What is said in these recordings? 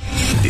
The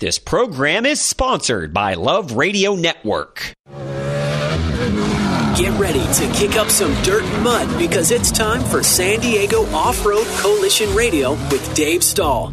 This program is sponsored by Love Radio Network. Get ready to kick up some dirt and mud because it's time for San Diego Off Road Coalition Radio with Dave Stahl.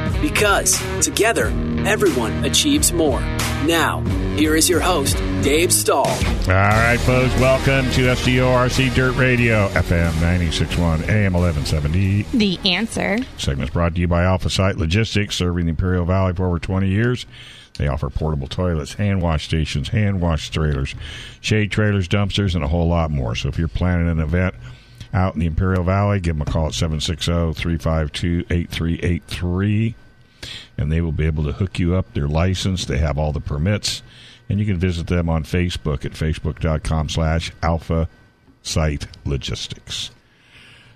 Because together, everyone achieves more. Now, here is your host, Dave Stahl. All right, folks, welcome to SDORC Dirt Radio, FM 961, AM 1170. The answer. Segments brought to you by Alpha Site Logistics, serving the Imperial Valley for over 20 years. They offer portable toilets, hand wash stations, hand wash trailers, shade trailers, dumpsters, and a whole lot more. So if you're planning an event out in the Imperial Valley, give them a call at 760 352 8383, and they will be able to hook you up their license. They have all the permits, and you can visit them on Facebook at facebook.com slash alpha site logistics.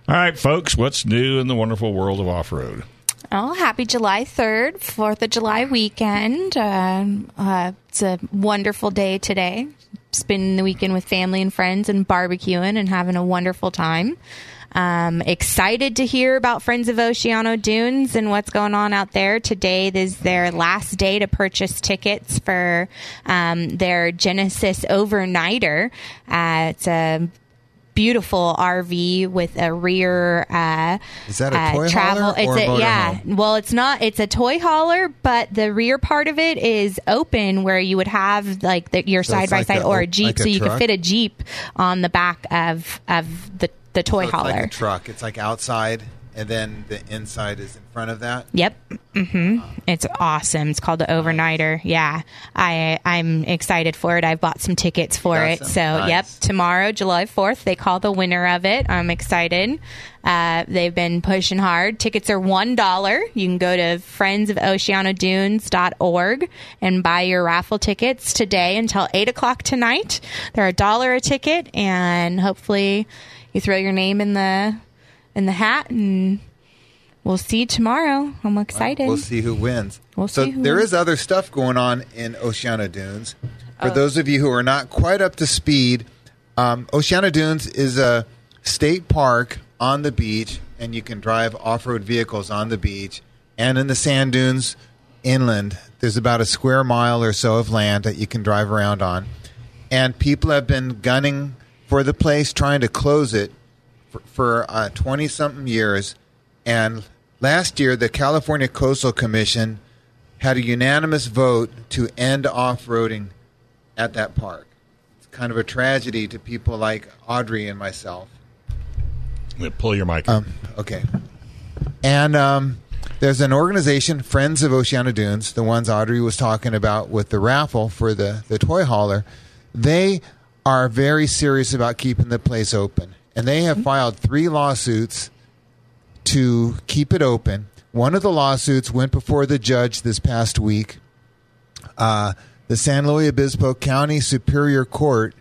All right, folks, what's new in the wonderful world of off road? Oh, happy July 3rd, 4th of July weekend. Um, uh, it's a wonderful day today. Spending the weekend with family and friends and barbecuing and having a wonderful time. Um, excited to hear about Friends of Oceano Dunes and what's going on out there. Today is their last day to purchase tickets for um, their Genesis Overnighter. Uh, it's a beautiful RV with a rear uh, Is that a uh, toy travel. hauler or it's a motor yeah. home? Well, it's not. It's a toy hauler, but the rear part of it is open, where you would have like the, your So side it's by like side a- or a like jeep, a so you could truck? fit a jeep on the back of of the the So toy it's hauler. like a truck. It's like outside, and then the inside is in front of that. Yep. hmm It's awesome. It's called the Overnighter. Yeah. I I'm excited for it. I've bought some tickets for got it. some? So yep, Nice. tomorrow, July fourth, they call the winner of it. I'm excited. Uh, they've been pushing hard. Tickets are one dollar. You can go to friendsofoceanodunes.org and buy your raffle tickets today until eight o'clock tonight. They're a dollar a ticket, and hopefully, you throw your name in the in the hat and. We'll see you tomorrow. I'm excited. We'll see who wins. We'll so see who there wins. is other stuff going on in Oceana Dunes. For Oh. those of you who are not quite up to speed, um, Oceana Dunes is a state park on the beach, and you can drive off-road vehicles on the beach and in the sand dunes inland. There's about a square mile or so of land that you can drive around on, and people have been gunning for the place, trying to close it for uh, 20 something years. And last year, the California Coastal Commission had a unanimous vote to end off roading at that park. It's kind of a tragedy to people like Audrey and myself. Yeah, Pull your mic. Um, okay. And um, there's an organization, Friends of Oceana Dunes, the ones Audrey was talking about with the raffle for the, the toy hauler. They are very serious about keeping the place open. And they have filed three lawsuits to keep it open. One of the lawsuits went before the judge this past week. Uh, the San Luis Obispo County Superior Court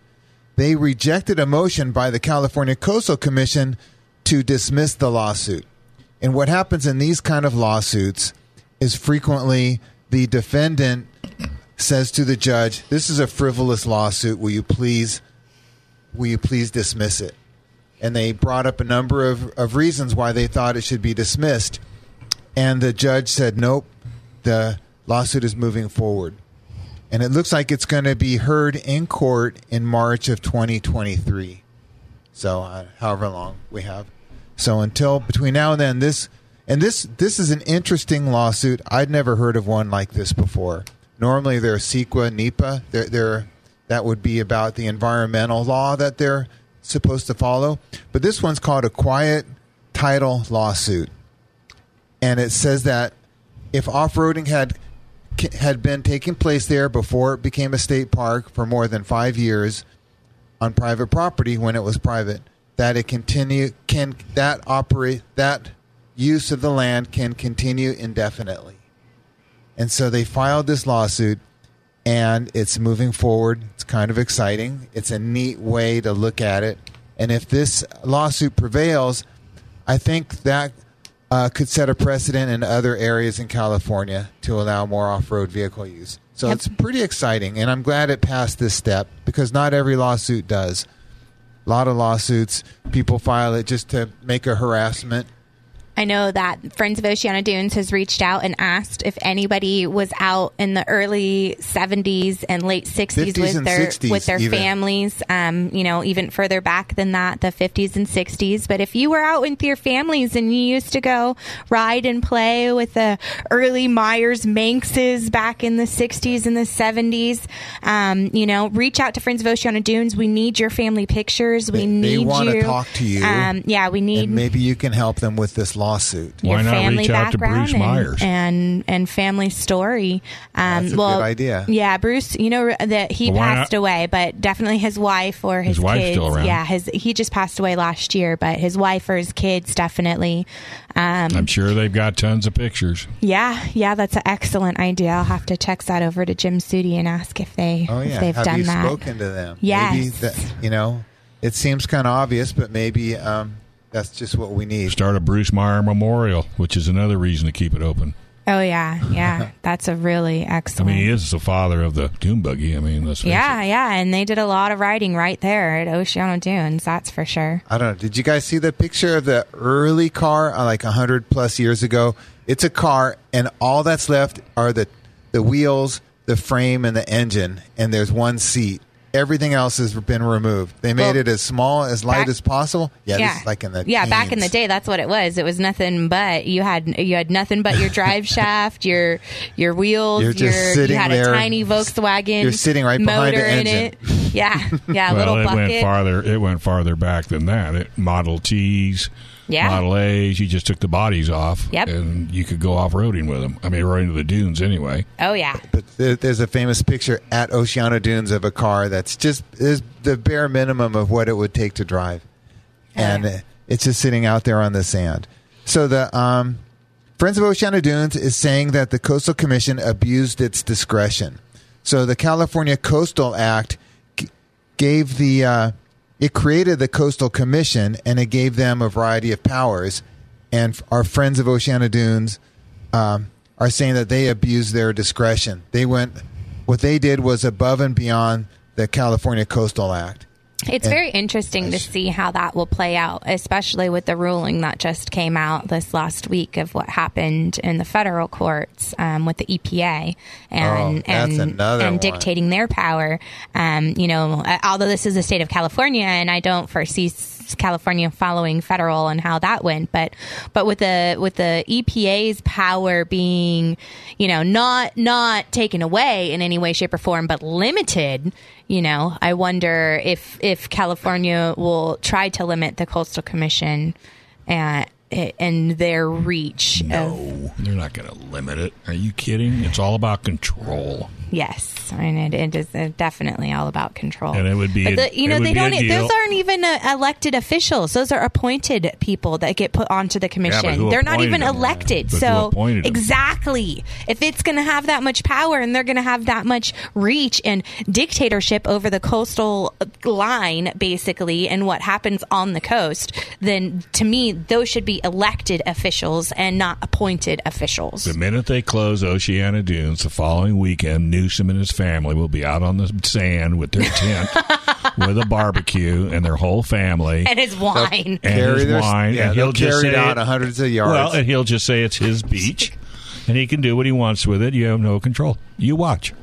they rejected a motion by the California Coastal Commission to dismiss the lawsuit. And what happens in these kind of lawsuits is frequently the defendant says to the judge, "This is a frivolous lawsuit. Will you please will you please dismiss it?" And they brought up a number of, of reasons why they thought it should be dismissed. And the judge said, "Nope, the lawsuit is moving forward." and it looks like it's going to be heard in court in March of 2023. So uh, however long we have. So until between now and then, this and this this is an interesting lawsuit. I'd never heard of one like this before. Normally, they're CEQA, NEPA. They're, they're that would be about the environmental law that they're supposed to follow. But this one's called a quiet title lawsuit, and it says that if off-roading had had been taking place there before it became a state park for more than five years on private property when it was private, that it continue can that operate that use of the land can continue indefinitely. And so they filed this lawsuit and it's moving forward. It's kind of exciting. It's a neat way to look at it. And if this lawsuit prevails, I think that uh, could set a precedent in other areas in California to allow more off road vehicle use. So it's pretty exciting. And I'm glad it passed this step because not every lawsuit does. A lot of lawsuits, people file it just to make a harassment. I know that Friends of Oceana Dunes has reached out and asked if anybody was out in the early 70s and late 60s 50s with and their 60s with their even. families. Um, you know, even further back than that, the 50s and 60s. But if you were out with your families and you used to go ride and play with the early Myers Manxes back in the 60s and the 70s, um, you know, reach out to Friends of Oceana Dunes. We need your family pictures. We They- they need wanna you. talk to you. Um, yeah, we need And maybe you can help them with this lawsuit. Why your not family reach out to background Bruce and- um, Myers? and, and family story. Um, That's a well, good idea. Yeah, Bruce. You know that he Well, why passed not- away, but definitely his wife or his, His wife's kids. still around. Yeah, his he just passed away last year, but his wife or his kids definitely. I'm sure they've got tons of pictures. Yeah, yeah, that's an excellent idea. I'll have to text that over to Jim Sudi and ask if they Oh if yeah, they've have done you that. spoken to them? Yes. Maybe that, you know, it seems kind of obvious, but maybe um, that's just what we need. Start a Bruce Meyer Memorial, which is another reason to keep it open. Oh yeah, yeah, that's a really I excellent. mean, he is the father of the dune buggy. I mean, let's face yeah, it. yeah, and they did a lot of writing right there at Oceano Dunes. That's for sure. I don't know. Did you guys see the picture of the early car, uh, like hundred plus years ago? It's a car, and all that's left are the the wheels, the frame, and the engine. And there's one seat. Everything else has been removed. They made Well, it as small, as light back- as possible. Yeah, this is like in the yeah back in the teens. day that's what it was it was nothing but you had you had nothing but your drive shaft your your wheels You're just your- sitting you had there. a tiny Volkswagen You're sitting right behind the motor in engine. it yeah yeah a Well, little it bucket went farther. It went farther back than that. It Model Ts, Yeah. Model A's. You just took the bodies off, Yep. and you could go off roading with them. I mean, right into the dunes anyway. oh yeah But there, there's a famous picture at Oceana Dunes of a car that's just is the bare minimum of what it would take to drive, and uh it's just sitting out there on the sand. So the um, Friends of Oceana Dunes is saying that the Coastal Commission abused its discretion. So the California Coastal Act g- gave the uh, it created the Coastal Commission and it gave them a variety of powers. And f- our friends of Oceana Dunes um, are saying that they abused their discretion. They went what they did was above and beyond the California Coastal Act. It's very interesting to see how that will play out, especially with the ruling that just came out this last week of what happened in the federal courts um, with the EPA and Oh, that's and, another one. and dictating their power. Um, you know, uh, although this is the state of California, and I don't foresee s- California following federal and how that went, but but with the with the EPA's power being, you know, not not taken away in any way, shape, or form, but limited. You know, I wonder if if California will try to limit the Coastal Commission and and their reach. Of, No, they're not going to limit it. Are you kidding? It's all about control. yes, and it, it is uh, definitely all about control. And it would be But a- the, you it know, would they be a don't. e, deal. Those aren't even uh, elected officials. Those are appointed people that get put onto the commission. who they're not appointed even them? elected. But who so appointed them? exactly, if it's going to have that much power and they're going to have that much reach and dictatorship over the coastal uh, line, basically, and what happens on the coast, then to me, those should be elected officials and not appointed officials. The minute they close Oceana Dunes the following weekend, Newsom and his family will be out on the sand with their tent, with a barbecue, and their whole family. and his wine. and Carry his their- wine, yeah, and they'll he'll just carry it say out hundreds of yards. Well, and he'll just say it's his beach, and he can do what he wants with it. You have no control. You watch.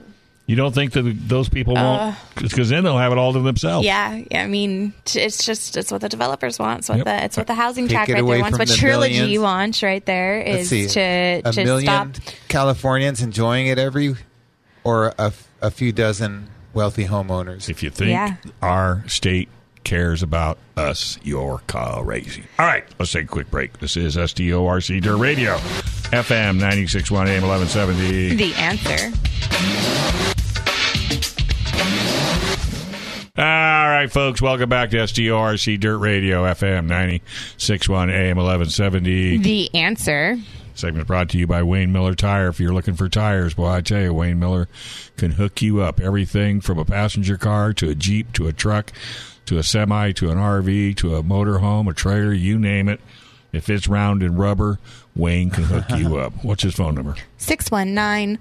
You don't think that those people won't, because then they'll have it all to themselves. Uh, Yeah, yeah, I mean, t- it's just it's what the developers want. It's what Yep. the it's what the housing Take track it right away there wants. from What the trilogy millions. wants right there Let's is to see, a to million stop. Californians enjoying it every, or a, f- a few dozen wealthy homeowners. If you think Yeah. our state cares about us. You're crazy. All right, let's take a quick break. This is STORC Dirt Radio, FM 961 AM 1170. The answer. All right, folks, welcome back to STORC Dirt Radio, FM 961 AM 1170. The answer. Segment brought to you by Wayne Miller Tire. If you're looking for tires, boy, I tell you, Wayne Miller can hook you up. Everything from a passenger car to a Jeep to a truck to a semi to an RV to a motorhome, a trailer, you name it. If it's round and rubber, Wayne can hook you up. What's his phone number? 619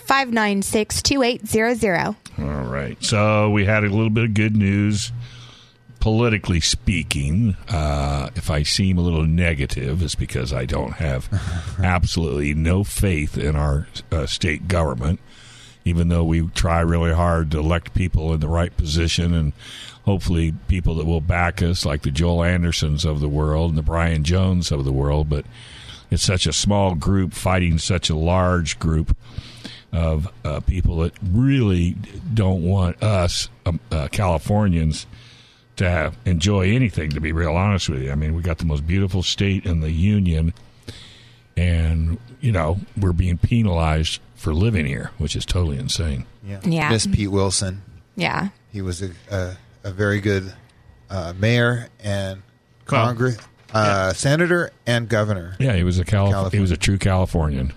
596 2800. All right. So we had a little bit of good news. Politically speaking, uh, if I seem a little negative, it's because I don't have absolutely no faith in our uh, state government, even though we try really hard to elect people in the right position and hopefully people that will back us, like the Joel Andersons of the world and the Brian Jones of the world. But it's such a small group fighting such a large group of uh, people that really don't want us um, uh, Californians to have, enjoy anything. To be real honest with you, I mean, we got the most beautiful state in the union, and you know we're being penalized for living here, which is totally insane. Yeah. Yeah. Miss Pete Wilson. Yeah. He was a, a, a very good uh, mayor and Well, Congress, uh, senator and governor. Yeah, he was a Calif- California. he was a true Californian.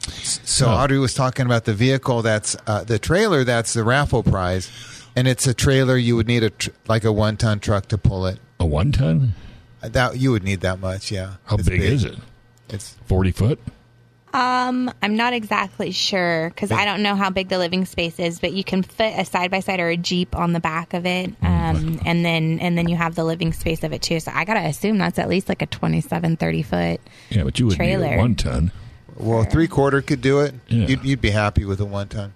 So Audrey was talking about the vehicle that's uh, the trailer that's the raffle prize, and it's a trailer you would need a tr- like a one ton truck to pull it. A one ton? Uh, That you would need that much, yeah. How It's big is it? It's Forty foot? Um, I'm not exactly sure because I don't know how big the living space is, but you can fit a side by side or a jeep on the back of it, Mm-hmm. um, and then and then you have the living space of it too. So I gotta assume that's at least like a 27, 30 foot. Yeah, but you would need a Trailer. one ton. well, three quarter could do it. Yeah. You'd, you'd be happy with a one ton.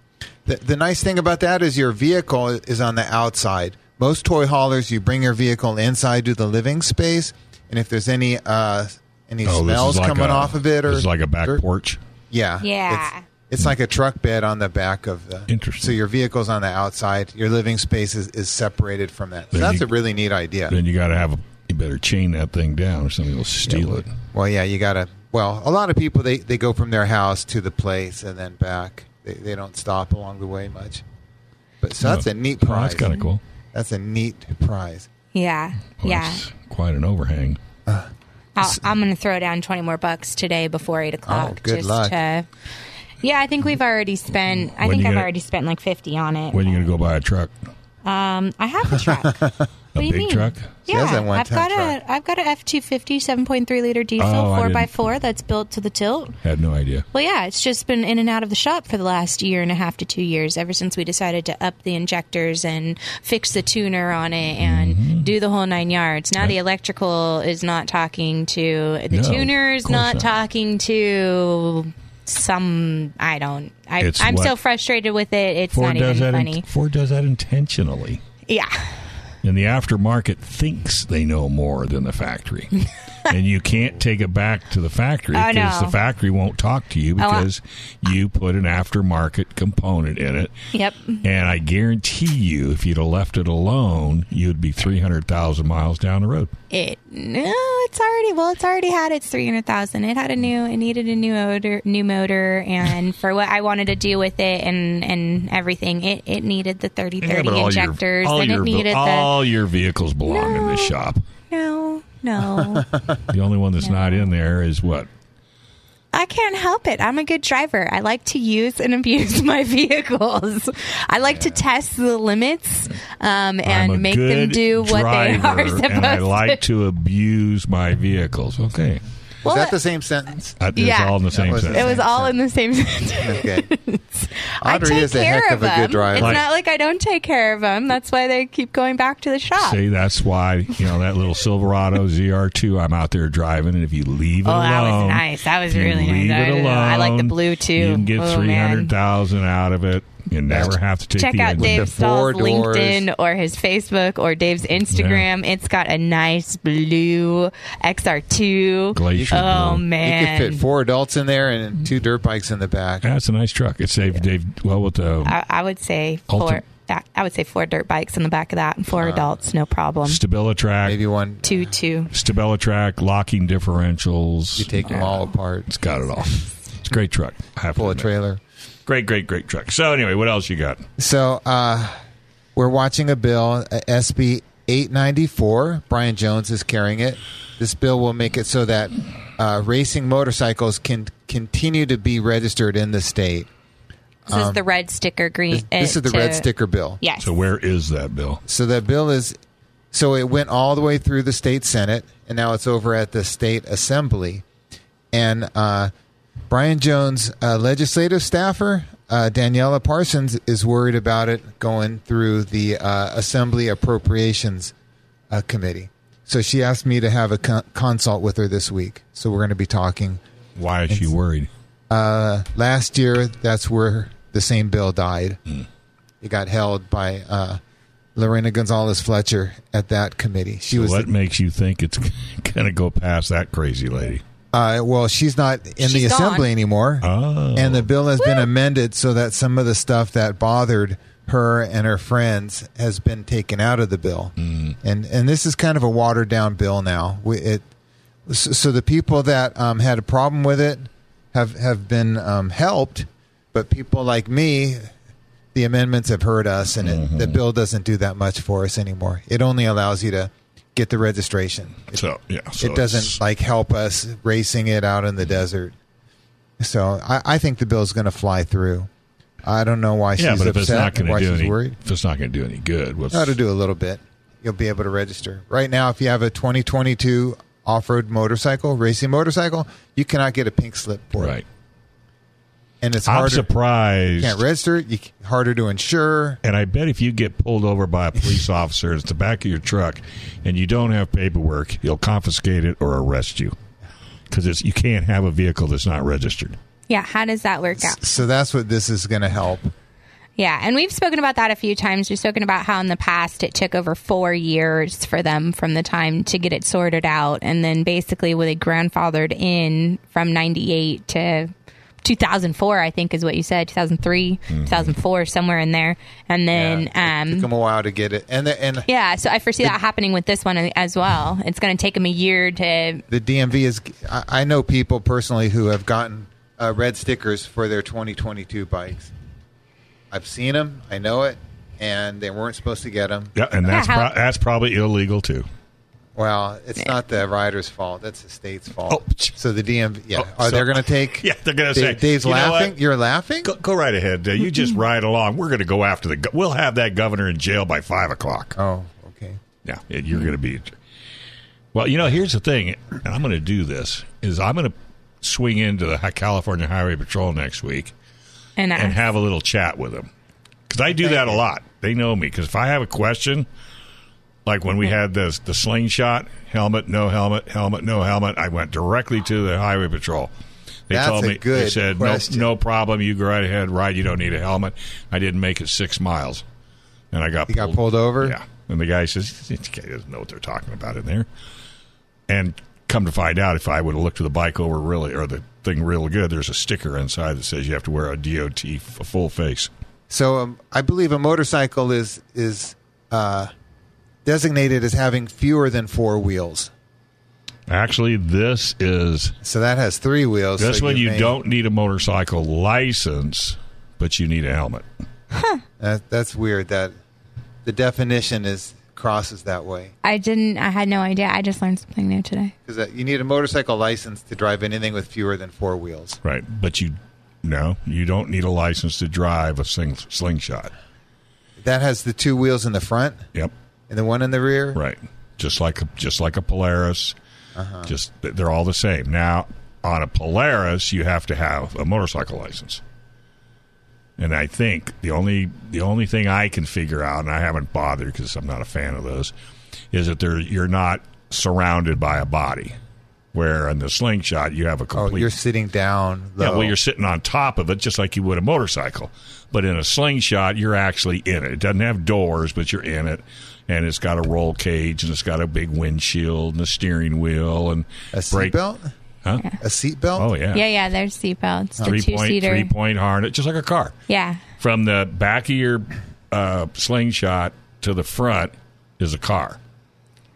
The, the nice thing about that is your vehicle is on the outside. Most toy haulers, you bring your vehicle inside to the living space, and if there's any uh, Oh, any smells coming a, off of it or this is like a back dirt- porch. Yeah. Yeah. It's, it's like a truck bed on the back of the. Interesting. So your vehicle's on the outside. Your living space is, is separated from that. So Then that's you- a really neat idea. Then you got to have a. You better chain that thing down, or somebody will steal it. Well, yeah, you gotta. Well, a lot of people they, they go from their house to the place and then back. They, they don't stop along the way much. But so that's Oh. a neat Oh, prize. that's kind of cool. That's a neat prize. Yeah, Well, yeah. that's quite an overhang. I'll, I'm gonna throw down 20 more bucks today before eight o'clock. Oh, good just luck. To, yeah, I think we've already spent. I When think you I've gonna- already spent like 50 on it. When are you going to go buy a truck? I have a truck. what A do you big mean? truck? has Yeah, that one I've ton got truck. a I've got a F two fifty seven point three liter diesel Oh, I four didn't- by four that's built to the tilt. Had no idea. Well, yeah, it's just been in and out of the shop for the last year and a half to two years, ever since we decided to up the injectors and fix the tuner on it and Mm-hmm. do the whole nine yards. Now the electrical is not talking to No, the tuner is of course not, not. talking to some. I don't. I, It's I'm what- so frustrated with it. It's Ford not even does that. in- funny. Ford does that intentionally. yeah. And the aftermarket thinks they know more than the factory. and you can't take it back to the factory Oh, because no. the factory won't talk to you Oh, I- because you put an aftermarket component in it. Yep. And I guarantee you, if you'd have left it alone, you'd be 300,000 miles down the road. It no, it's already well, it's already had its three hundred thousand. It had a new, it needed a new motor, new motor, and for what I wanted to do with it and and everything, it it needed the thirty thirty injectors, all and it your, needed the all your vehicles belong in this No. shop. no, no. The only one that's not in there is what? I can't help it. I'm a good driver. I like to use and abuse my vehicles. I like to test the limits I'm um, a and make them good do what they driver, are supposed and I like to. to abuse my vehicles. Okay. Well, is that the same sentence? That- It's Yeah. all in the That same was- sentence. it was all in the same sentence. Okay. I Audrey take is a care heck of of a good them. driver. It's Like- not like I don't take care of them. That's why they keep going back to the shop. See, that's why you know that little Silverado ZR2 I'm out there driving, and if you leave it Oh, alone, that was nice. That was if you really nice. leave I- It alone, I like the blue, too. You can get Oh, man. three hundred thousand out of it. You never have to take Check the out engine. Dave the Stahl's four doors. LinkedIn or his Facebook or Dave's Instagram. It's got a nice blue XR2. Glacier Oh, blue. You could man. fit four adults in there Mm-hmm. and two dirt bikes in the back. That's a nice truck. It saved Dave well with the I, I would say Ulti- four. that- I would say four dirt bikes in the back of that and four adults, no problem. Stabilitrack, Maybe one. two, two. Stabilitrack, locking differentials. You take them all apart. It's got it all. It's a great truck. I have to Pull a admit. trailer. Great, great, great truck. So anyway, what else you got? So uh, we're watching a bill, uh, SB 894. Brian Jones is carrying it. This bill will make it so that uh, racing motorcycles can continue to be registered in the state. This is the red sticker green. This, this uh, is the to- red sticker bill. Yes. So where is that bill? So that bill is so it went all the way through the state senate, and now it's over at the state assembly. And uh, Brian Jones, uh, legislative staffer uh, Daniela Parsons, is worried about it going through the uh, assembly appropriations uh, committee. So she asked me to have a con- consult with her this week. So we're going to be talking. Why is she worried? Last year, that's where the same bill died. It got held by uh, Lorena Gonzalez Fletcher at that committee. She was What makes you think it's going to go past that crazy lady? Uh, well, she's not in the She's assembly gone. anymore, Oh. and the bill has been amended so that some of the stuff that bothered her and her friends has been taken out of the bill, and and this is kind of a watered down bill now. We, it so, so the people that um, had a problem with it have have been um, helped, but people like me, the amendments have hurt us, and it, the bill doesn't do that much for us anymore. It only allows you to get the registration. It So yeah, so it doesn't it's- like help us racing it out in the desert. So I, I think the bill's going to fly through. I don't know why Yeah, she's but if upset. it's not and going why to do she's any, worried. if it's not going to do any good, what's No, to do a little bit. You'll be able to register right now. If you have a 2022 off-road motorcycle, racing motorcycle, you cannot get a pink slip for right? it, and it's I'm harder. You surprised. can't register it. You c- harder to insure. And I bet if you get pulled over by a police officer and it's the back of your truck and you don't have paperwork, he'll confiscate it or arrest you because you can't have a vehicle that's not registered. Yeah. How does that work out? So that's what this is going to help. Yeah, and we've spoken about that a few times. We've spoken about how in the past it took over four years for them from the time to get it sorted out, and then basically where they grandfathered in from '98 to 2004, I think is what you said, 2003, 2004, somewhere in there, and then Yeah, it um, took them a while to get it, and the, and yeah. So I foresee that happening with this one as well. It's going to take them a year to the DMV is. I, I know people personally who have gotten uh, red stickers for their 2022 bikes. I've seen them. I know it, and they weren't supposed to get them. Yeah, and that's Yeah, how- pro- that's probably illegal too. Well, it's not the rider's fault. That's the state's fault. Oh, psh. so the DMV. Yeah, Oh, are they so- going to take? Yeah, they're gonna say, Dave's "You know laughing. what? You're laughing. Go, go right ahead. Uh, you just ride along. We're going to go after the. Go- we'll have that governor in jail by five o'clock. Oh, okay. Yeah, and you're going to be. Well, you know, here's the thing, and I'm going to do this is I'm going to swing into the Hi- California Highway Patrol next week and, uh, and have a little chat with them because I do that a lot. They know me because if I have a question, like when we had this the slingshot helmet, no helmet, helmet, no helmet, I went directly to the Highway Patrol. They That's told a me they good said question. no, no problem. You go right ahead, ride. You don't need a helmet. I didn't make it six miles, and I got You got pulled over? Yeah, and the guy says this guy doesn't know what they're talking about in there. And come to find out, if I would have looked at the bike over really or the thing real good, there's a sticker inside that says you have to wear a DOT f- a full face. So um, I believe a motorcycle is is uh, designated as having fewer than four wheels. Actually, this is So that has three wheels. this so one. You may- don't need a motorcycle license, but you need a helmet. That, that's weird that the definition is crosses that way I didn't. I had no idea. I just learned something new today. because you need a motorcycle license to drive anything with fewer than four wheels. Right, but you no, you don't need a license to drive a sling, slingshot. That has the two wheels in the front Yep, and the one in the rear. right. Just like a, just like a Polaris, Uh-huh. just they're all the same. Now on a Polaris, you have to have a motorcycle license. And I think the only the only thing I can figure out, and I haven't bothered because I'm not a fan of those, is that they're you're not surrounded by a body. Where in the slingshot you have a Oh, complete you're sitting down. Low. Yeah, well, you're sitting on top of it just like you would a motorcycle. But in a slingshot, you're actually in it. It doesn't have doors, but you're in it. And it's got a roll cage and it's got a big windshield and a steering wheel and a seatbelt. Huh? A seatbelt. Oh, yeah. Yeah, yeah. There's seatbelts. The Three two point, seater. three point harness, just like a car. Yeah. From the back of your uh, slingshot to the front is a car.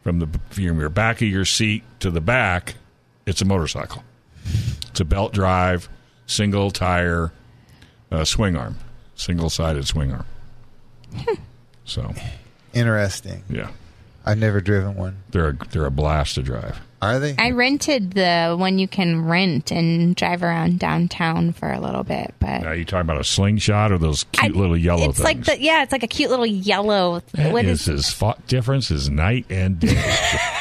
From the from your back of your seat to the back, it's a motorcycle. It's a belt drive, single tire, uh, swing arm, single sided swing arm. Hmm. so Interesting. yeah, I've never driven one. they're a, they're a blast to drive. Are they? I rented the one you can rent and drive around downtown for a little bit, but Now you talking about a slingshot or those cute I- little yellow It's things? like the yeah, it's like a cute little yellow. That what is is, as fo- difference is night and day.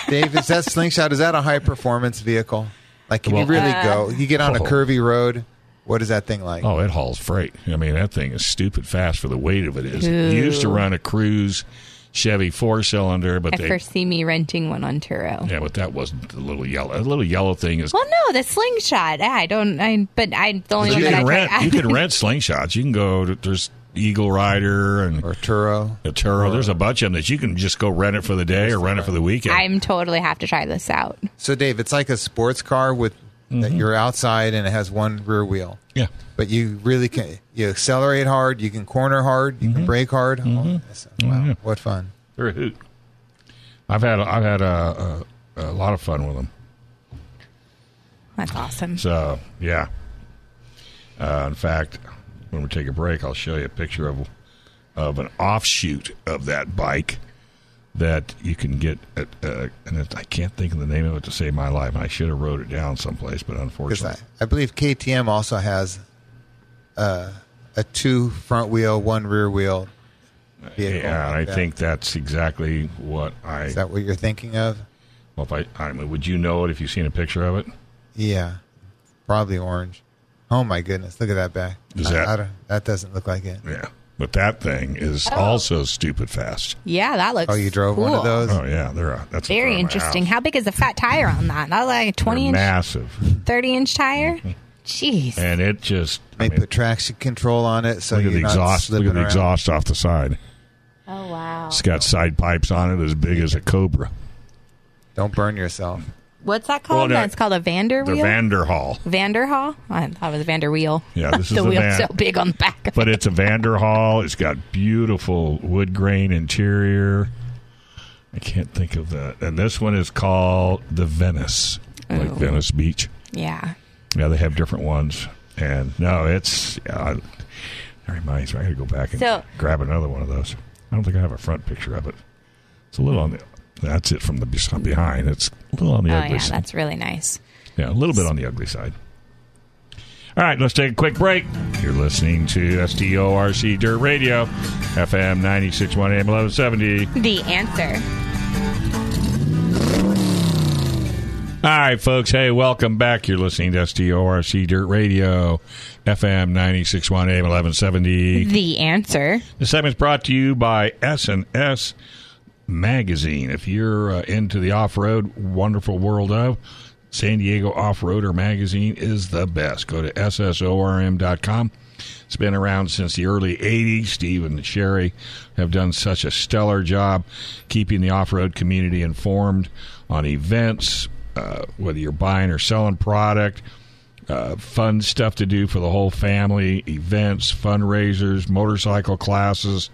Dave, is that slingshot? Is that a high performance vehicle? Like, can you really go? You get on a Oh. curvy road. What is that thing like? Oh, it hauls freight. I mean, that thing is stupid fast for the weight of it is. It used to run a cruise Chevy four cylinder, but At they first, see me renting one on Turo. yeah, but that wasn't the little yellow. The little yellow thing is. Well, no, the slingshot. I don't. I but I the only you one can that rent. I you tried. can rent slingshots. You can go. To, there's Eagle Rider and Or Turo? the Turo. There's a bunch of them that you can just go rent it for the day or rent it for the weekend. I'm totally have to try this out. So, Dave, it's like a sports car with that Mm-hmm. you're outside and it has one rear wheel. yeah. But you really can. You accelerate hard. You can corner hard. You can Mm-hmm. brake hard. Oh, that's- wow, yeah. what fun! They're a hoot. I've had I've had a, a, a lot of fun with them. That's awesome. So yeah. Uh, in fact, when we take a break, I'll show you a picture of of an offshoot of that bike that you can get. At, uh, and it, I can't think of the name of it to save my life. And I should have wrote it down someplace, but Because I, unfortunately, I believe KTM also has uh, a two front wheel, one rear wheel vehicle. yeah, like I that. think that's exactly what I. is that what you're thinking of? well, if I, I mean, would you know it if you've seen a picture of it? Yeah, probably orange. Oh my goodness! Look at that back. Is I- that- I don't- that doesn't look like it? Yeah, but that thing is Oh. also stupid fast. Yeah, that looks. Oh, you drove one of cool. those. Oh yeah, they're a, that's a Very car in my interesting. house. How big is the fat tire on that? Not like a They're twenty inch, massive, thirty inch tire. Jeez. Mm-hmm. and it just I They mean, put traction control on it, so look at you're the not exhaust. Look slipping at the around. exhaust off the side. Oh wow. It's got side pipes on it as big as a Cobra. Don't burn yourself. What's that called? Well, no, That's called a Vander The wheel. Vanderhall, Vanderhaal. I thought it was Vander wheel. Yeah, this is the the wheel's van. so big on the back. but it's a Vanderhall. It's got beautiful wood grain interior. I can't think of that. And this one is called the Venice, like Oh. Venice Beach. Yeah. Yeah, they have different ones. And no, it's yeah, I- that reminds me. I got to go back and So- grab another one of those. I don't think I have a front picture of it. It's a little on the. That's it from the bes- behind. It's a little on the Oh ugly yeah, side. that's really nice. Yeah, a little bit on the ugly side. All right, let's take a quick break. You're listening to STORC Dirt Radio, FM 961 AM 1170. The answer. All right, folks. Hey, welcome back. You're listening to STORC Dirt Radio, FM 961 AM 1170. The answer. This segment's brought to you by S&S Magazine. If you're uh, into the off-road, wonderful world of, San Diego Off-Roader Magazine is the best. Go to ssorm.com. It's been around since the early 80s. Steve and Sherry have done such a stellar job keeping the off-road community informed on events, uh, whether you're buying or selling product, uh, fun stuff to do for the whole family, events, fundraisers, motorcycle classes,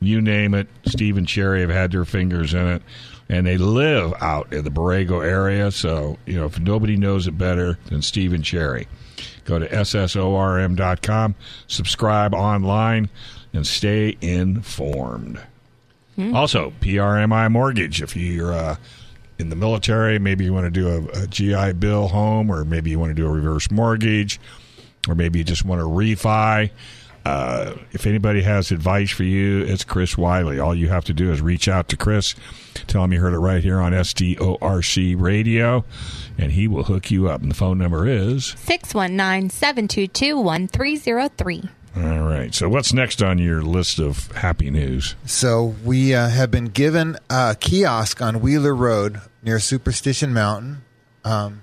you name it. Steve and Sherry have had their fingers in it, and they live out in the Borrego area. So, you know, if nobody knows it better than Steve and Sherry, go to ssorm.com, subscribe online, and stay informed. Also, PRMI Mortgage. If you're uh, in the military, maybe you want to do a, a GI Bill home, or maybe you want to do a reverse mortgage, or maybe you just want to refi. Uh, if anybody has advice for you, it's Chris Wiley. All you have to do is reach out to Chris, tell him you heard it right here on SDORC Radio, and he will hook you up. And the phone number is. 619 722 1303. All right. So, what's next on your list of happy news? So we uh, have been given a kiosk on Wheeler Road near Superstition Mountain. Um,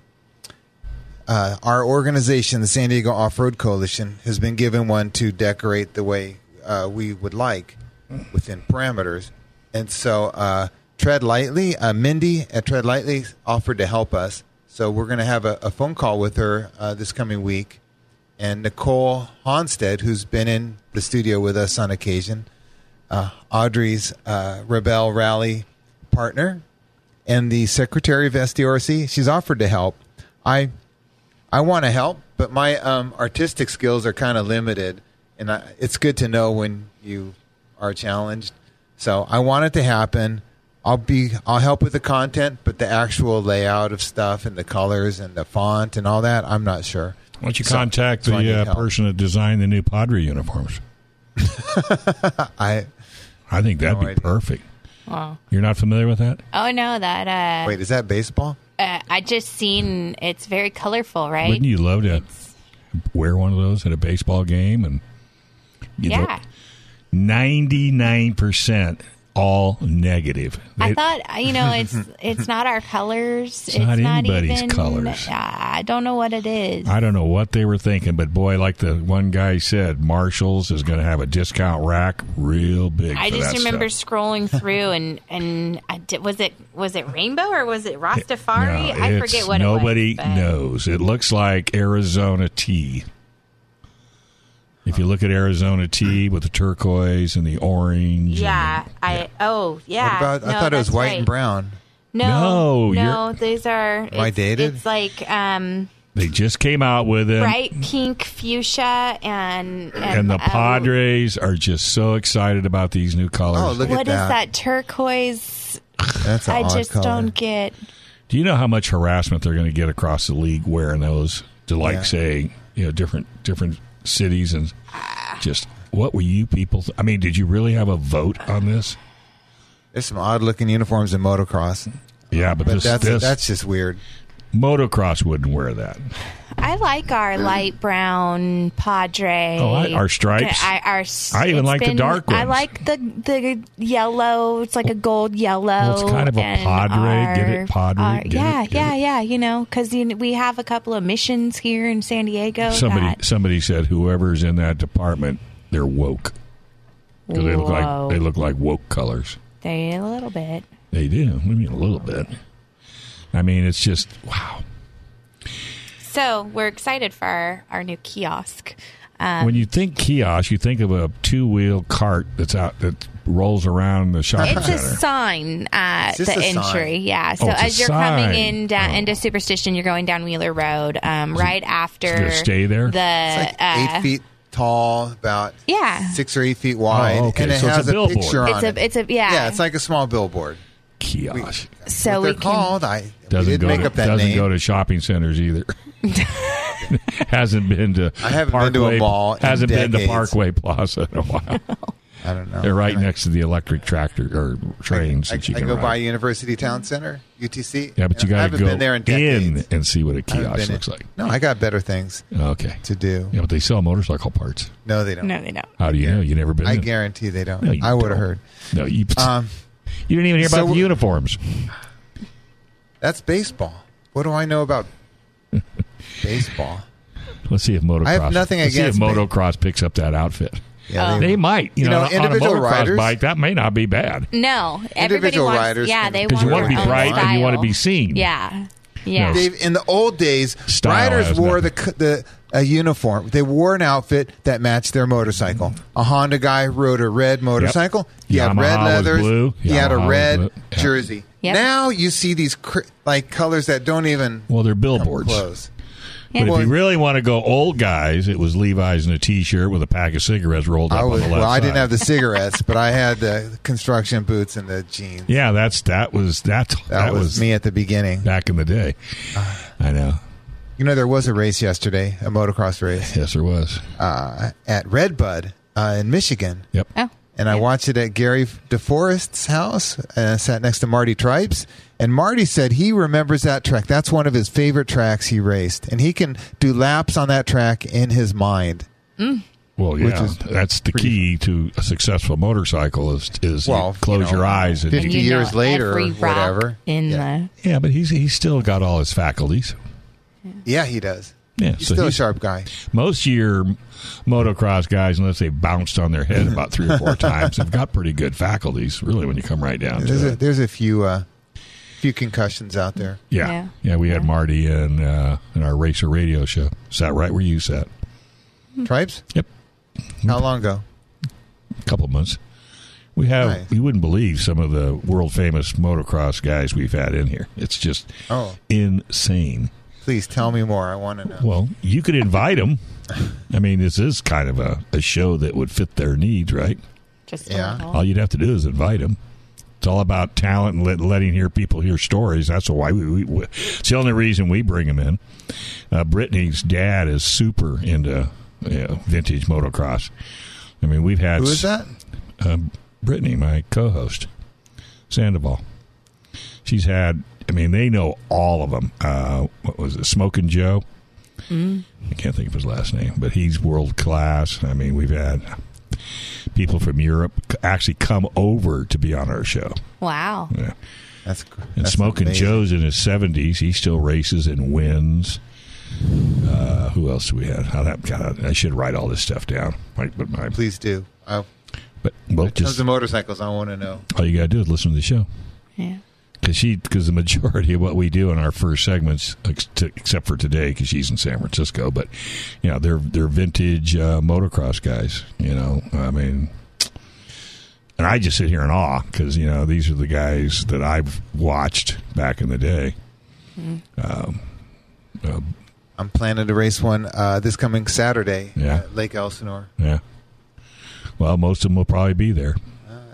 uh, our organization, the San Diego Off Road Coalition, has been given one to decorate the way uh, we would like within parameters. And so, uh, Tread Lightly, uh, Mindy at Tread Lightly offered to help us. So we're going to have a, a phone call with her uh, this coming week. And Nicole Honstead, who's been in the studio with us on occasion, uh, Audrey's uh, Rebel Rally partner and the secretary of SDRC. She's offered to help. I I want to help, but my um, artistic skills are kind of limited, and I, it's good to know when you are challenged. So I want it to happen. I'll be I'll help with the content, but the actual layout of stuff and the colors and the font and all that, I'm not sure. Why don't you So- contact so I need the uh, help. person that designed the new Padre uniforms? I I think that'd No be idea. perfect. You're not familiar with that? Oh no, that uh, wait, is that baseball? uh I just seen it's very colorful, right? Wouldn't you love to wear one of those at a baseball game? And you yeah. ninety nine percent all negative. I They- thought uh, you know it's it's not our colors. It's, not not, anybody's even, uh, colors. I don't know what it is. I don't know what they were thinking, but boy, like the one guy said, Marshalls is going to have a discount rack real big. I for just that remember stuff. scrolling through and and I did, was it was it rainbow or was it Rastafari? No, I it's- forget what nobody it was. but- knows. It looks like Arizona tea. If you look at Arizona tea with the turquoise and the orange, and Yeah, I oh yeah. what about no, I thought it was that's white right. and brown. No, No, no, you're- these are I it's- dated? It's like um, they just came out with it. bright pink fuchsia and and, And the uh, Padres are just so excited about these new colors. Oh, look What at is that. that turquoise? That's an I odd just color. don't get. Do you know how much harassment they're going to get across the league wearing those to like Yeah. say, you know, different different cities and just what were you people I mean, did you really have a vote on this? There's some odd looking uniforms in motocross, Yeah, but, but this, that's this that's just weird. motocross wouldn't wear that. I like our light brown Padre. Oh, I- our stripes. I, our, I even it's like the been- dark I ones. like the the yellow. It's like a gold yellow. Well, it's kind of a and Padre. Get it, our- Padre? our- Get it, yeah, get yeah, it. yeah. You know, because we have a couple of missions here in San Diego. Somebody that- somebody said whoever's in that department, they're woke. 'Cause they look Whoa. like they look like woke colors. They a little bit. They do. I mean a little bit. I mean, it's just wow. So we're excited for our, our new kiosk. Uh, When you think kiosk, you think of a two wheel cart that's out that rolls around the shopping It's a center. sign at It's just the a sign. entry. Yeah. So Oh, it's a as you're sign. coming in down Oh. into Superstition, you're going down Wheeler Road, um, right after. gonna stay there? The It's like uh, eight feet tall, about Yeah. six or eight feet wide, Oh, okay. and it So it's a has a, billboard. picture on It's it. a. It's a. Yeah. yeah, it's like a small billboard. kiosk so what they're we can. called. I we doesn't didn't go make to, up that doesn't name. go to shopping centers either. hasn't been to I haven't been to a Parkway- mall in Hasn't been to decades. Parkway Plaza in a while. Oh, I don't know. They're right next to the electric tractor or trains I, that you I can go ride. by University Town Center, UTC. yeah, but you got and I to haven't go been there in in decades. and see what a I haven't kiosk been looks in- like. No, I got better things Okay. to do. Yeah, but they sell motorcycle parts. No, they don't. No, they don't. Uh, How do you know? You never been? I in? guarantee they don't. No, you I would don't. have heard. No, you. Um, you didn't even hear so about the we- uniforms. that's baseball. What do I know about baseball? Let's see if motocross. I have nothing let's against see me. if motocross picks up that outfit. Um, Yeah, They might, you, You know, know, individual on a motocross riders- bike that may not be bad No, everybody Individual wants. riders yeah, can- they because want you want to be their own bright and you want to style. be seen. Yeah. Yeah. Dave, in the old days, Style has riders wore the, nothing. c- the a uniform. They wore an outfit that matched their motorcycle. A Honda guy rode a red motorcycle. He had Yamaha red was leathers. blue. He had a Yamaha was red blue. Yeah. jersey. Yep. Now you see these cr- like colors that don't even Well, they're come billboards. close. But Well, if you really want to go old guys, it was Levi's and a T-shirt with a pack of cigarettes rolled up I was on the left well. I didn't side. have the cigarettes, but I had the construction boots and the jeans. Yeah, that's that was that that, that, was, me at the beginning. back in the day. I know. You know, there was a race yesterday, a motocross race Yes, there was. uh, at Redbud uh, in Michigan. Yep. Oh. and I watched it at Gary DeForest's house, and I sat next to Marty Tripes. And Marty said he remembers that track. That's one of his favorite tracks he raced, and he can do laps on that track in his mind. Well, yeah, is that's the key to a successful motorcycle is is you Well, close you know, your eyes and you- And 50 you know years later or every rock whatever. In Yeah. the yeah, but he's he's still got all his faculties. Yeah, he does. Yeah, He's so still a he's- sharp guy. Most of your motocross guys, unless they bounced on their head about three or four times, have got pretty good faculties, really, when you come right down There's to a, it. there's a few uh, few concussions out there. Yeah. Yeah. yeah. we had Marty in, uh, in our Racer Radio show. Sat right where you sat. Tripes? Mm-hmm. Yep. How long ago? A couple of months. We have Nice. you wouldn't believe some of the world famous motocross guys we've had in here. It's just Oh. insane. Please tell me more. I want to know. Well, you could invite them. I mean, this is kind of a, a show that would fit their needs, right? Just a Yeah. little. All you'd have to do is invite them. It's all about talent and let, letting hear people hear stories. That's why we, we, we. It's the only reason we bring them in. Uh, Brittany's dad is super into you know, vintage motocross. I mean, we've had Who is that? Brittany, my co-host, Sandoval. She's had. I mean, they know all of them. Uh, what was it, Smoking Joe? I can't think of his last name, but he's world class. I mean, we've had people from Europe c- actually come over to be on our show. Wow. Yeah. That's gr- And that's Smoking amazing. Joe's in his seventies. He still races and wins. Uh, who else do we have? Oh, that, God, I should write all this stuff down. Like, but my, Please do. I, but well, in terms just of motorcycles, I want to know. all you gotta do is listen to the show. Yeah. because she because the majority of what we do in our first segments, ex- to, except for today, because she's in San Francisco, but you know they're they're vintage uh, motocross guys. You know, I mean, and I just sit here in awe because you know these are the guys that I've watched back in the day. Um, I'm planning to race one uh, this coming Saturday Yeah. at Lake Elsinore. uh, yeah. Well, most of them will probably be there.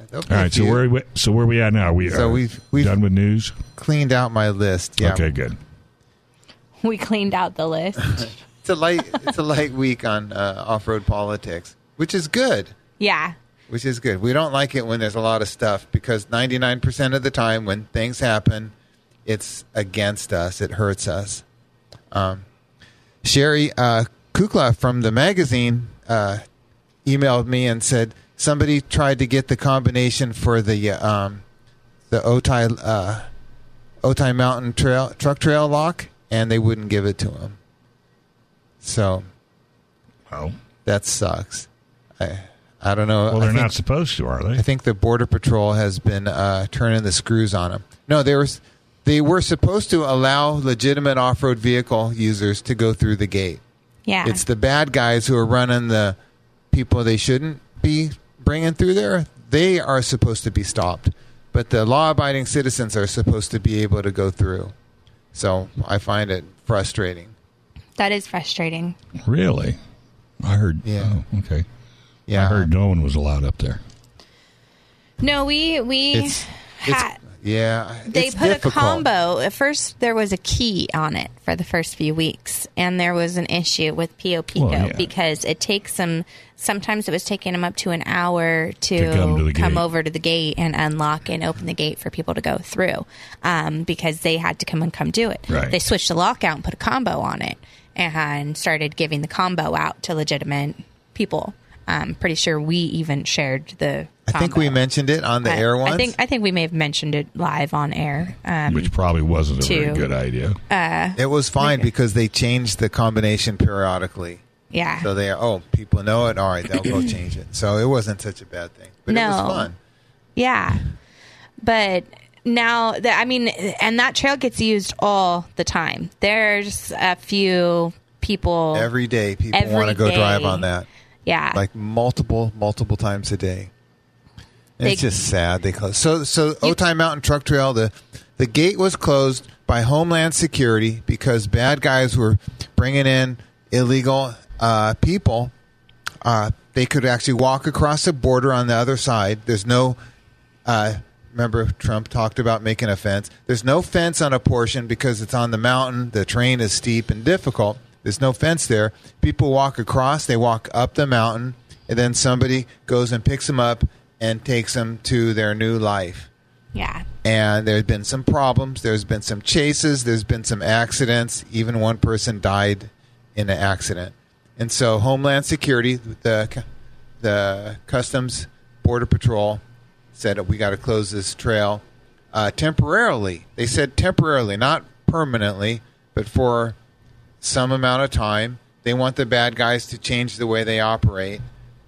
There'll be All a right, so few. where are we, so where are we at now? We So are we've- we've- done with news. cleaned out my list. Yeah. Okay, good. We cleaned out the list. It's a light. it's a light week on uh, off-road politics, which is good. yeah. Which is good. We don't like it when there's a lot of stuff because 99% of the time when things happen, it's against us. It hurts us. Um, Sherry uh, Kukla from the magazine uh, emailed me and said somebody tried to get the combination for the um, the Otai uh, Otai Mountain Trail truck trail lock, and they wouldn't give it to him. So Well, that sucks. I I don't know. well I they're think- not supposed to, are I they? think the border patrol has been uh, turning the screws on them. No, they were they were supposed to allow legitimate off road vehicle users to go through the gate. Yeah. It's the bad guys who are running the people they shouldn't be bringing through there. They are supposed to be stopped, but the law abiding citizens are supposed to be able to go through. So I find it frustrating. that is frustrating. Really? I heard. Yeah. oh, okay. Yeah, I heard no one was allowed up there. No, we we It's- had yeah. they it's put difficult. a combo. At first, there was a key on it for the first few weeks, and there was an issue with Pio Pico Well, yeah. because it takes them. Sometimes it was taking them up to an hour to, To come to the gate. over to the gate and unlock and open the gate for people to go through, um, because they had to come and come do it. Right. They switched the lock out and put a combo on it, and started giving the combo out to legitimate people. I'm pretty sure we even shared the. I think we combo. mentioned it on the I- air once. I think I think we may have mentioned it live on air. Um, which probably wasn't a very two. Uh, good idea. It was fine because they changed the combination periodically. yeah. So they oh, people know it. All right, they'll go change it. So it wasn't such a bad thing. But it was No. fun. yeah. But now that I mean and that trail gets used all the time. There's a few people Every day people Every want to go day. drive on that. yeah. Like multiple, multiple times a day. And They- it's just sad they closed. So so Otai Mountain Truck Trail, the the gate was closed by Homeland Security because bad guys were bringing in illegal uh, people. Uh, they could actually walk across the border on the other side. There's no uh, remember Trump talked about making a fence. There's no fence on a portion because it's on the mountain. The terrain is steep and difficult. There's no fence there. People walk across. They walk up the mountain, and then somebody goes and picks them up and takes them to their new life. yeah. And there have been some problems. There's been some chases. There's been some accidents. Even one person died in an accident. And so Homeland Security, the the Customs Border Patrol, said we got to close this trail uh, temporarily. They said temporarily, not permanently, but for some amount of time. They want the bad guys to change the way they operate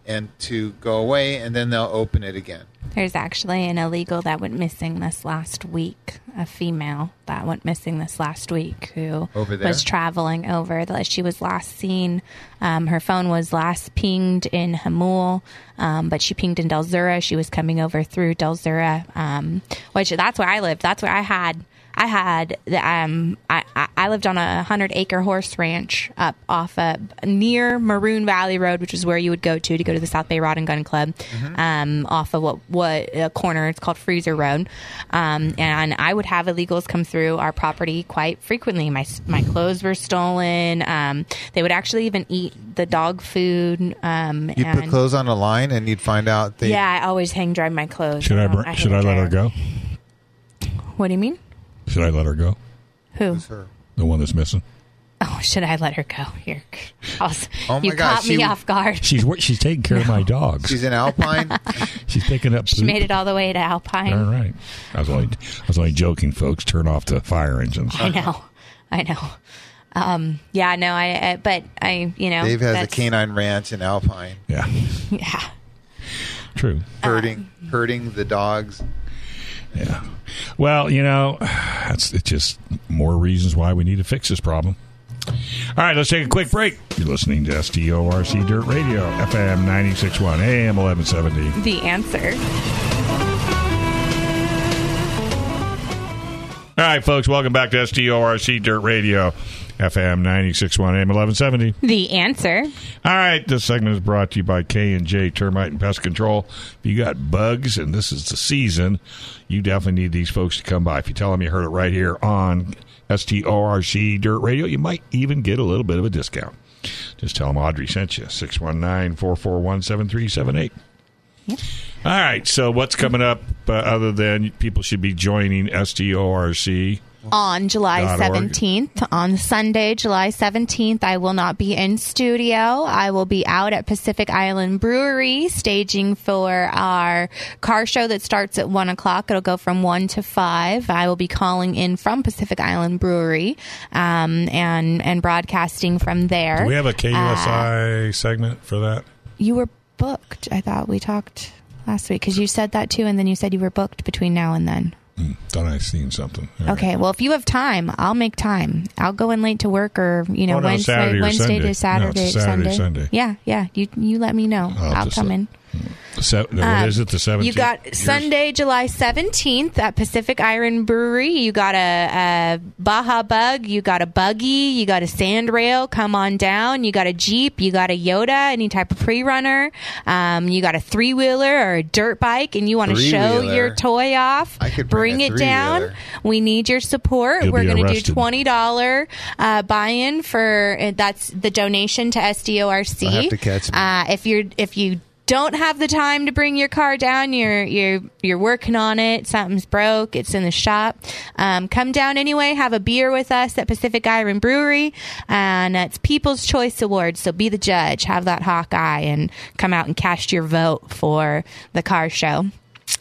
and to go away, and then they'll open it again. There's actually an illegal that went missing this last week, a female that went missing this last week who Over there? was traveling over. The- She was last seen, um, her phone was last pinged in Hamul, um, but she pinged in Delzura. She was coming over through Delzura, um, which that's where I lived. That's where I had. I had the, um I, I- I lived on a hundred acre horse ranch up off of near Maroon Valley Road, which is where you would go to to go to the South Bay Rod and Gun Club, um off of what what a corner it's called Freezer Road, um and I would have illegals come through our property quite frequently. My s- my clothes were stolen. Um, they would actually even eat the dog food. Um, You and put clothes on a line, and you'd find out they yeah, I always hang dry my clothes. Should I, Um, br- hang should I let dry. her go? What do you mean? Should I let her go? Who? The one that's missing. Oh, should I let her go? Here, I was- Oh my you gosh, caught she- me off guard. She's wor- she's taking care of my dogs. she's in Alpine. she's picking up. She made it all the way to Alpine. All right. I was only I was only joking, folks. Turn off the fire engines. I Uh-huh. know, I know. Um, yeah, no, I, I. But I, you know, Dave has a that's- canine ranch in Alpine, Yeah, Yeah, true. herding Uh-huh. herding the dogs. Yeah. Well, you know, that's it's just more reasons why we need to fix this problem. All right, let's take a quick break. You're listening to STORC Dirt Radio, FM 96.1, AM 1170. the answer. All right, folks, welcome back to STORC Dirt Radio, FM 96.1, AM 1170. The answer. All right, this segment is brought to you by K and J Termite and Pest Control. If you got bugs and this is the season, you definitely need these folks to come by. If you tell them you heard it right here on STORC Dirt Radio, you might even get a little bit of a discount. Just tell them Audrey sent you 619-441-7378. All right, so what's coming up uh, other than people should be joining STORC? on July Dot org. 17th. On Sunday, July 17th, I will not be in studio. I will be out at Pacific Island Brewery staging for our car show that starts at 1 o'clock. It'll go from 1 to 5. I will be calling in from Pacific Island Brewery um, and, and broadcasting from there. Do We we have a KUSI segment for that? you were booked. I thought we talked last week because you said that too, and then you said you were booked between now and then. Thought I seen something. Okay, well, if you have time, I'll make time. I'll go in late to work, or you know, Oh, no, Wednesday, Saturday or Wednesday Sunday. No, to it's Saturday, Saturday, Sunday. Yeah, yeah. You you let me know. I'll I'll, just come let- in. Se- no, Um, what is it? The seventeenth. You got Sunday, July seventeenth at Pacific Iron Brewery. You got a, a Baja Bug. You got a buggy. You got a sand rail. Come on down. You got a Jeep. You got a Yoda. Any type of pre runner. Um, you got a three wheeler or a dirt bike, and you want to show Three-wheeler. your toy off. I could bring a it down. three-wheeler. We need your support. You'll We're be going to do arrested. twenty dollar uh, buy in for uh, that's the donation to SDORC. I'll have to catch me. Uh, if you're if you don't have the time to bring your car down, you're you're you're working on it. Something's broke. It's in the shop. Um, come down anyway. Have a beer with us at Pacific Iron Brewery, and it's People's Choice Awards. So be the judge. Have that Hawkeye and come out and cast your vote for the car show.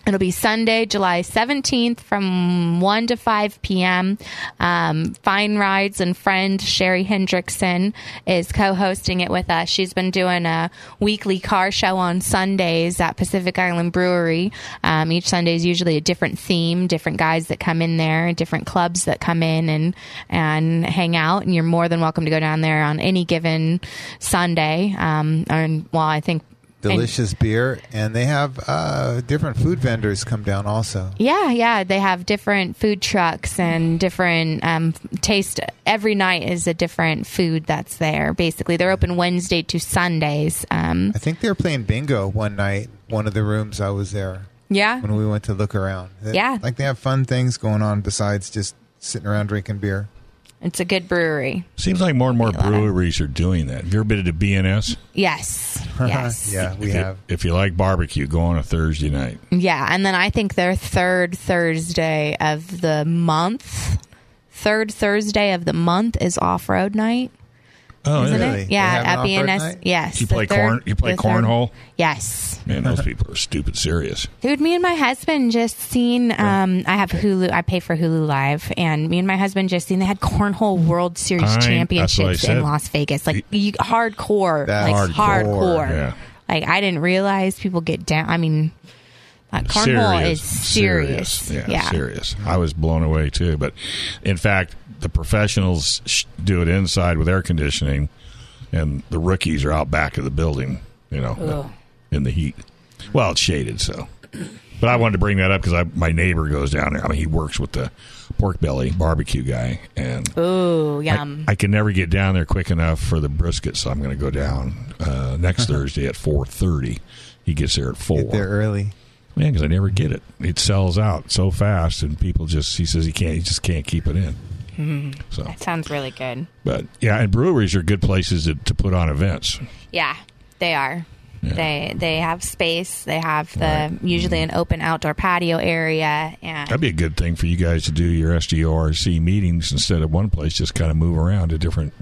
It'll be Sunday, July 17th from 1 to 5 p.m. Um, Fine Rides and friend Sherry Hendrickson is co hosting it with us. She's been doing a weekly car show on Sundays at Pacific Island Brewery. Um, each Sunday is usually a different theme, different guys that come in there, different clubs that come in and, and hang out. And you're more than welcome to go down there on any given Sunday. Um, and while I think Delicious beer, and they have uh, different food vendors come down also. Yeah, yeah. They have different food trucks and different um, taste. Every night is a different food that's there. Basically, they're open Wednesday to Sundays. Um, I think they were playing bingo one night. One of the rooms I was there yeah, when we went to look around. They- Yeah. like they have fun things going on besides just sitting around drinking beer. it's a good brewery. Seems like more and more breweries are doing that. Have you ever been to BNS? Yes, yes, yeah, we if have. You, if you like barbecue, go on a Thursday night. yeah. And then I think their third Thursday of the month, third Thursday of the month is off road night. Oh, isn't Really? it? They Yeah, have an at off-road BNS. night? Yes, You the play third- corn. You play the third- cornhole. Yes. Man, those people are stupid serious. Dude, me and my husband just seen. Um, I have Hulu. I pay for Hulu Live, and me and my husband just seen they had cornhole World Series I- that's what I championships said. in Las Vegas, like you, hardcore, That's like hardcore, hardcore. yeah. Like I didn't realize people get down. I mean, that cornhole is serious. Yeah, serious. I was blown away too. But in fact, the professionals sh- do it inside with air conditioning, and the rookies are out back of the building. You know, in the heat. Well, it's shaded, so. But I wanted to bring that up because my neighbor goes down there. I mean, he works with the pork belly barbecue guy, and Ooh, yum. I can never get down there quick enough for the brisket, so I'm going to go down uh, next Thursday at 4:30. He gets there at four. Get there early. Man, because I never get it. It sells out so fast, and people just he says he can't. He just can't keep it in. So, that sounds really good. but yeah, and breweries are good places to, to put on events. Yeah, they are. They they have space. They have the usually Mm-hmm. an open outdoor patio area and That'd be a good thing for you guys to do your SDRC meetings instead of one place. Just kind of move around to different